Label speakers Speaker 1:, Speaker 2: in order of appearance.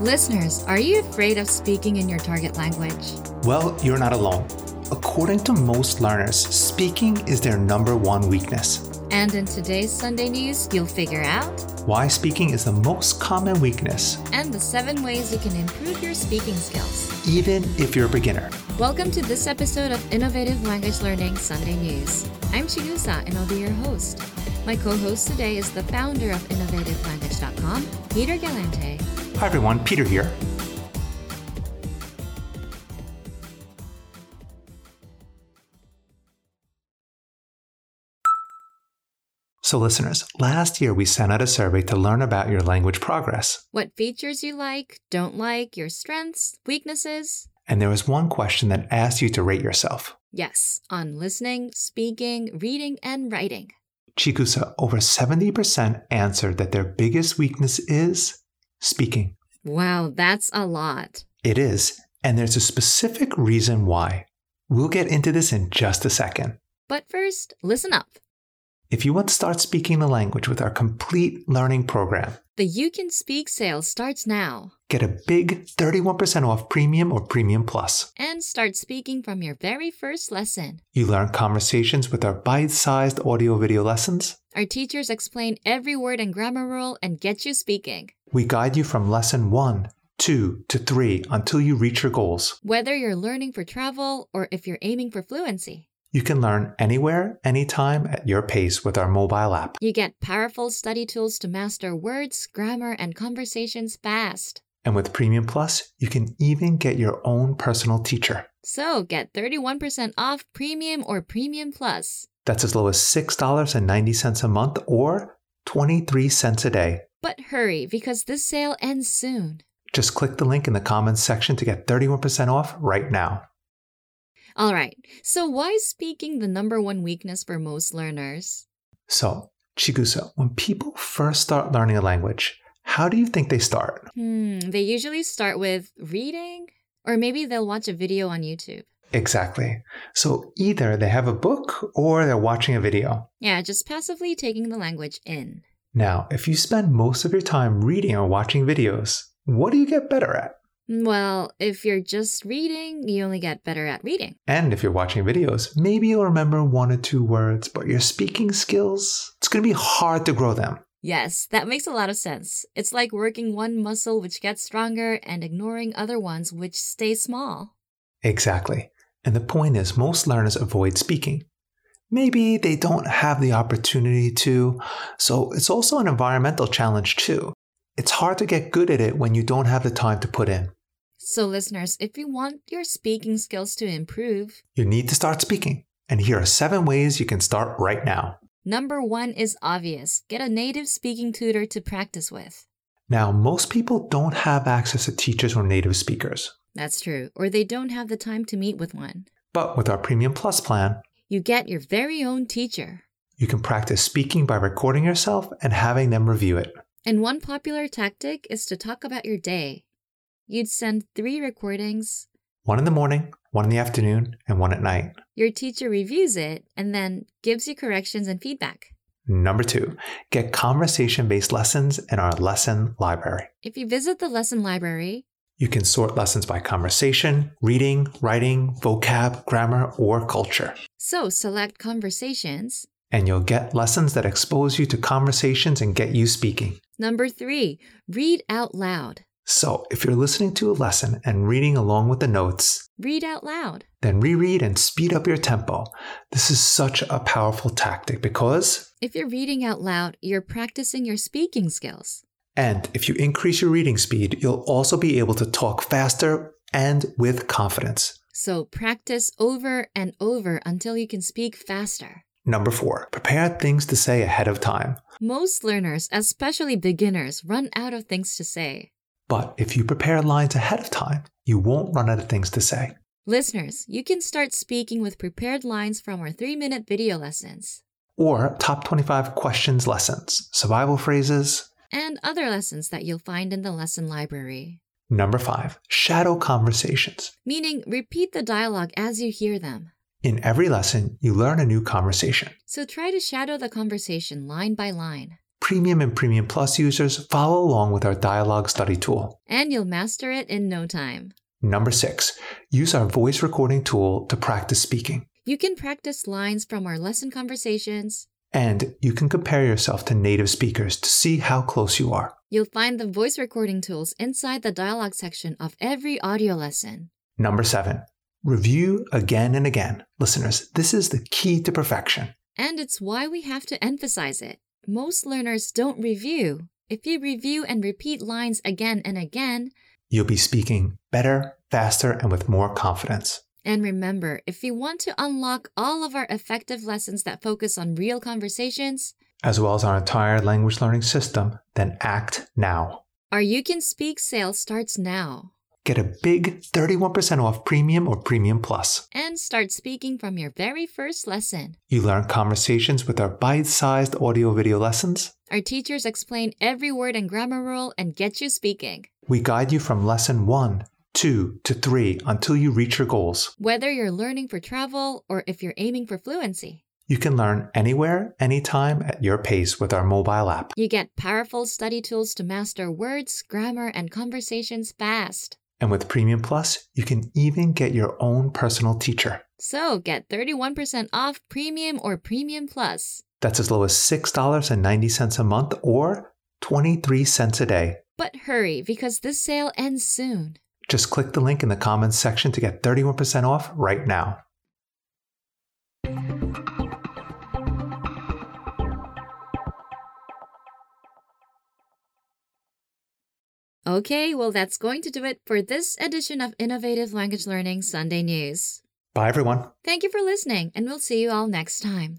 Speaker 1: Listeners, are you afraid of speaking in your target language?
Speaker 2: Well, you're not alone. According to most learners, speaking is their number one weakness.
Speaker 1: And in today's Sunday news, you'll figure out
Speaker 2: Why speaking is the most common weakness,
Speaker 1: and the seven ways you can improve your speaking skills.
Speaker 2: even if you're a beginner.
Speaker 1: Welcome to this episode of Innovative Language Learning Sunday News. I'm Chigusa and I'll be your host. My co host today is the founder of InnovativeLanguage.com, Peter Galante.
Speaker 2: Hi everyone, Peter here. So, listeners, last year we sent out a survey to learn about your language progress.
Speaker 1: What features you like, don't like, your strengths, weaknesses,
Speaker 2: And there was one question that asked you to rate yourself.
Speaker 1: Yes, on listening, speaking, reading, and writing.
Speaker 2: Chikusa, over 70% answered that their biggest weakness is speaking.
Speaker 1: Wow, that's a lot.
Speaker 2: It is, and there's a specific reason why. We'll get into this in just a second.
Speaker 1: But first, listen up.
Speaker 2: If you want to start speaking the language with our complete learning program,
Speaker 1: The You Can Speak sale starts now
Speaker 2: get a big 31% off premium or premium plus.
Speaker 1: and start speaking from your very first lesson.
Speaker 2: You learn conversations with our bite sized audio video lessons.
Speaker 1: Our teachers explain every word and grammar rule and get you speaking.
Speaker 2: We guide you from lesson one, two, to three until you reach your goals.
Speaker 1: Whether you're learning for travel or if you're aiming for fluency,
Speaker 2: You can learn anywhere, anytime, at your pace with our mobile app.
Speaker 1: you get powerful study tools to master words, grammar, and conversations fast.
Speaker 2: And with Premium Plus, you can even get your own personal teacher.
Speaker 1: So get 31% off Premium or Premium Plus
Speaker 2: That's as low as $6.90 a month or 23 cents a day.
Speaker 1: But hurry, because this sale ends soon.
Speaker 2: Just click the link in the comments section to get 31% off right now.
Speaker 1: All right, so why is speaking the number one weakness for most learners?
Speaker 2: So, Chigusa, when people first start learning a language, how do you think they start?
Speaker 1: Hmm, they usually start with reading, or maybe they'll watch a video on YouTube.
Speaker 2: Exactly. So, either they have a book or they're watching a video.
Speaker 1: Yeah, just passively taking the language in.
Speaker 2: Now, if you spend most of your time reading or watching videos, what do you get better at?
Speaker 1: Mm, Well, if you're just reading, you only get better at reading.
Speaker 2: And if you're watching videos, maybe you'll remember one or two words, but your speaking skills, it's going to be hard to grow them.
Speaker 1: Yes, that makes a lot of sense. It's like working one muscle which gets stronger and ignoring other ones which stay small.
Speaker 2: Exactly. And the point is, most learners avoid speaking. Maybe they don't have the opportunity to, so it's also an environmental challenge too. It's hard to get good at it when you don't have the time to put in.
Speaker 1: So, listeners, if you want your speaking skills to improve,
Speaker 2: You need to start speaking. And here are seven ways you can start right now.
Speaker 1: Number one is obvious get a native speaking tutor to practice with.
Speaker 2: Now, most people don't have access to teachers or native speakers,
Speaker 1: That's true, or they don't have the time to meet with one.
Speaker 2: but with our Premium Plus plan,
Speaker 1: You get your very own teacher.
Speaker 2: You can practice speaking by recording yourself and having them review it.
Speaker 1: And one popular tactic is to talk about your day. You'd send three recordings,
Speaker 2: One in the morning, one in the afternoon, and one at night.
Speaker 1: your teacher reviews it, and then gives you corrections and feedback.
Speaker 2: Number two, get conversation based lessons in our lesson library.
Speaker 1: If you visit the lesson library,
Speaker 2: You can sort lessons by conversation, reading, writing, vocab, grammar, or culture.
Speaker 1: so select conversations.
Speaker 2: And you'll get lessons that expose you to conversations and get you speaking.
Speaker 1: Number three, read out loud.
Speaker 2: So if you're listening to a lesson and reading along with the notes,
Speaker 1: Read out loud.
Speaker 2: then reread and speed up your tempo. This is such a powerful tactic because
Speaker 1: If you're reading out loud, you're practicing your speaking skills.
Speaker 2: And if you increase your reading speed, you'll also be able to talk faster and with confidence.
Speaker 1: So practice over and over until you can speak faster.
Speaker 2: Number four, prepare things to say ahead of time.
Speaker 1: Most learners, especially beginners, run out of things to say.
Speaker 2: But if you prepare lines ahead of time, you won't run out of things to say.
Speaker 1: Listeners, you can start speaking with prepared lines from our three minute video lessons
Speaker 2: Or top 25 questions lessons, survival phrases.
Speaker 1: and other lessons that you'll find in the lesson library.
Speaker 2: Number five, shadow conversations.
Speaker 1: Meaning, repeat the dialogue as you hear them.
Speaker 2: In every lesson, you learn a new conversation.
Speaker 1: So try to shadow the conversation line by line.
Speaker 2: Premium and Premium Plus users follow along with our dialogue study tool.
Speaker 1: And you'll master it in no time.
Speaker 2: Number six, use our voice recording tool to practice speaking.
Speaker 1: You can practice lines from our lesson conversations.
Speaker 2: And you can compare yourself to native speakers to see how close you are.
Speaker 1: You'll find the voice recording tools inside the dialogue section of every audio lesson.
Speaker 2: Number seven, review again and again. Listeners, this is the key to perfection.
Speaker 1: And it's why we have to emphasize it. Most learners don't review. If you review and repeat lines again and again,
Speaker 2: You'll be speaking better, faster, and with more confidence.
Speaker 1: and remember, if you want to unlock all of our effective lessons that focus on real conversations,
Speaker 2: As well as our entire language learning system, then act now.
Speaker 1: our You Can Speak sale starts now.
Speaker 2: Get a big 31% off Premium or Premium Plus.
Speaker 1: And start speaking from your very first lesson.
Speaker 2: You learn conversations with our bite sized audio video lessons.
Speaker 1: Our teachers explain every word and grammar rule and get you speaking.
Speaker 2: We guide you from lesson one, two, to three until you reach your goals.
Speaker 1: Whether you're learning for travel or if you're aiming for fluency,
Speaker 2: You can learn anywhere, anytime, at your pace with our mobile app.
Speaker 1: you get powerful study tools to master words, grammar, and conversations fast.
Speaker 2: And with Premium Plus, you can even get your own personal teacher.
Speaker 1: So get 31% off Premium or Premium Plus.
Speaker 2: That's as low as $6.90 a month or 23 cents a day.
Speaker 1: But hurry because this sale ends soon.
Speaker 2: Just click the link in the comments section to get 31% off right now.
Speaker 1: Okay, well, that's going to do it for this edition of Innovative Language Learning Sunday News.
Speaker 2: Bye, everyone.
Speaker 1: Thank you for listening, and we'll see you all next time.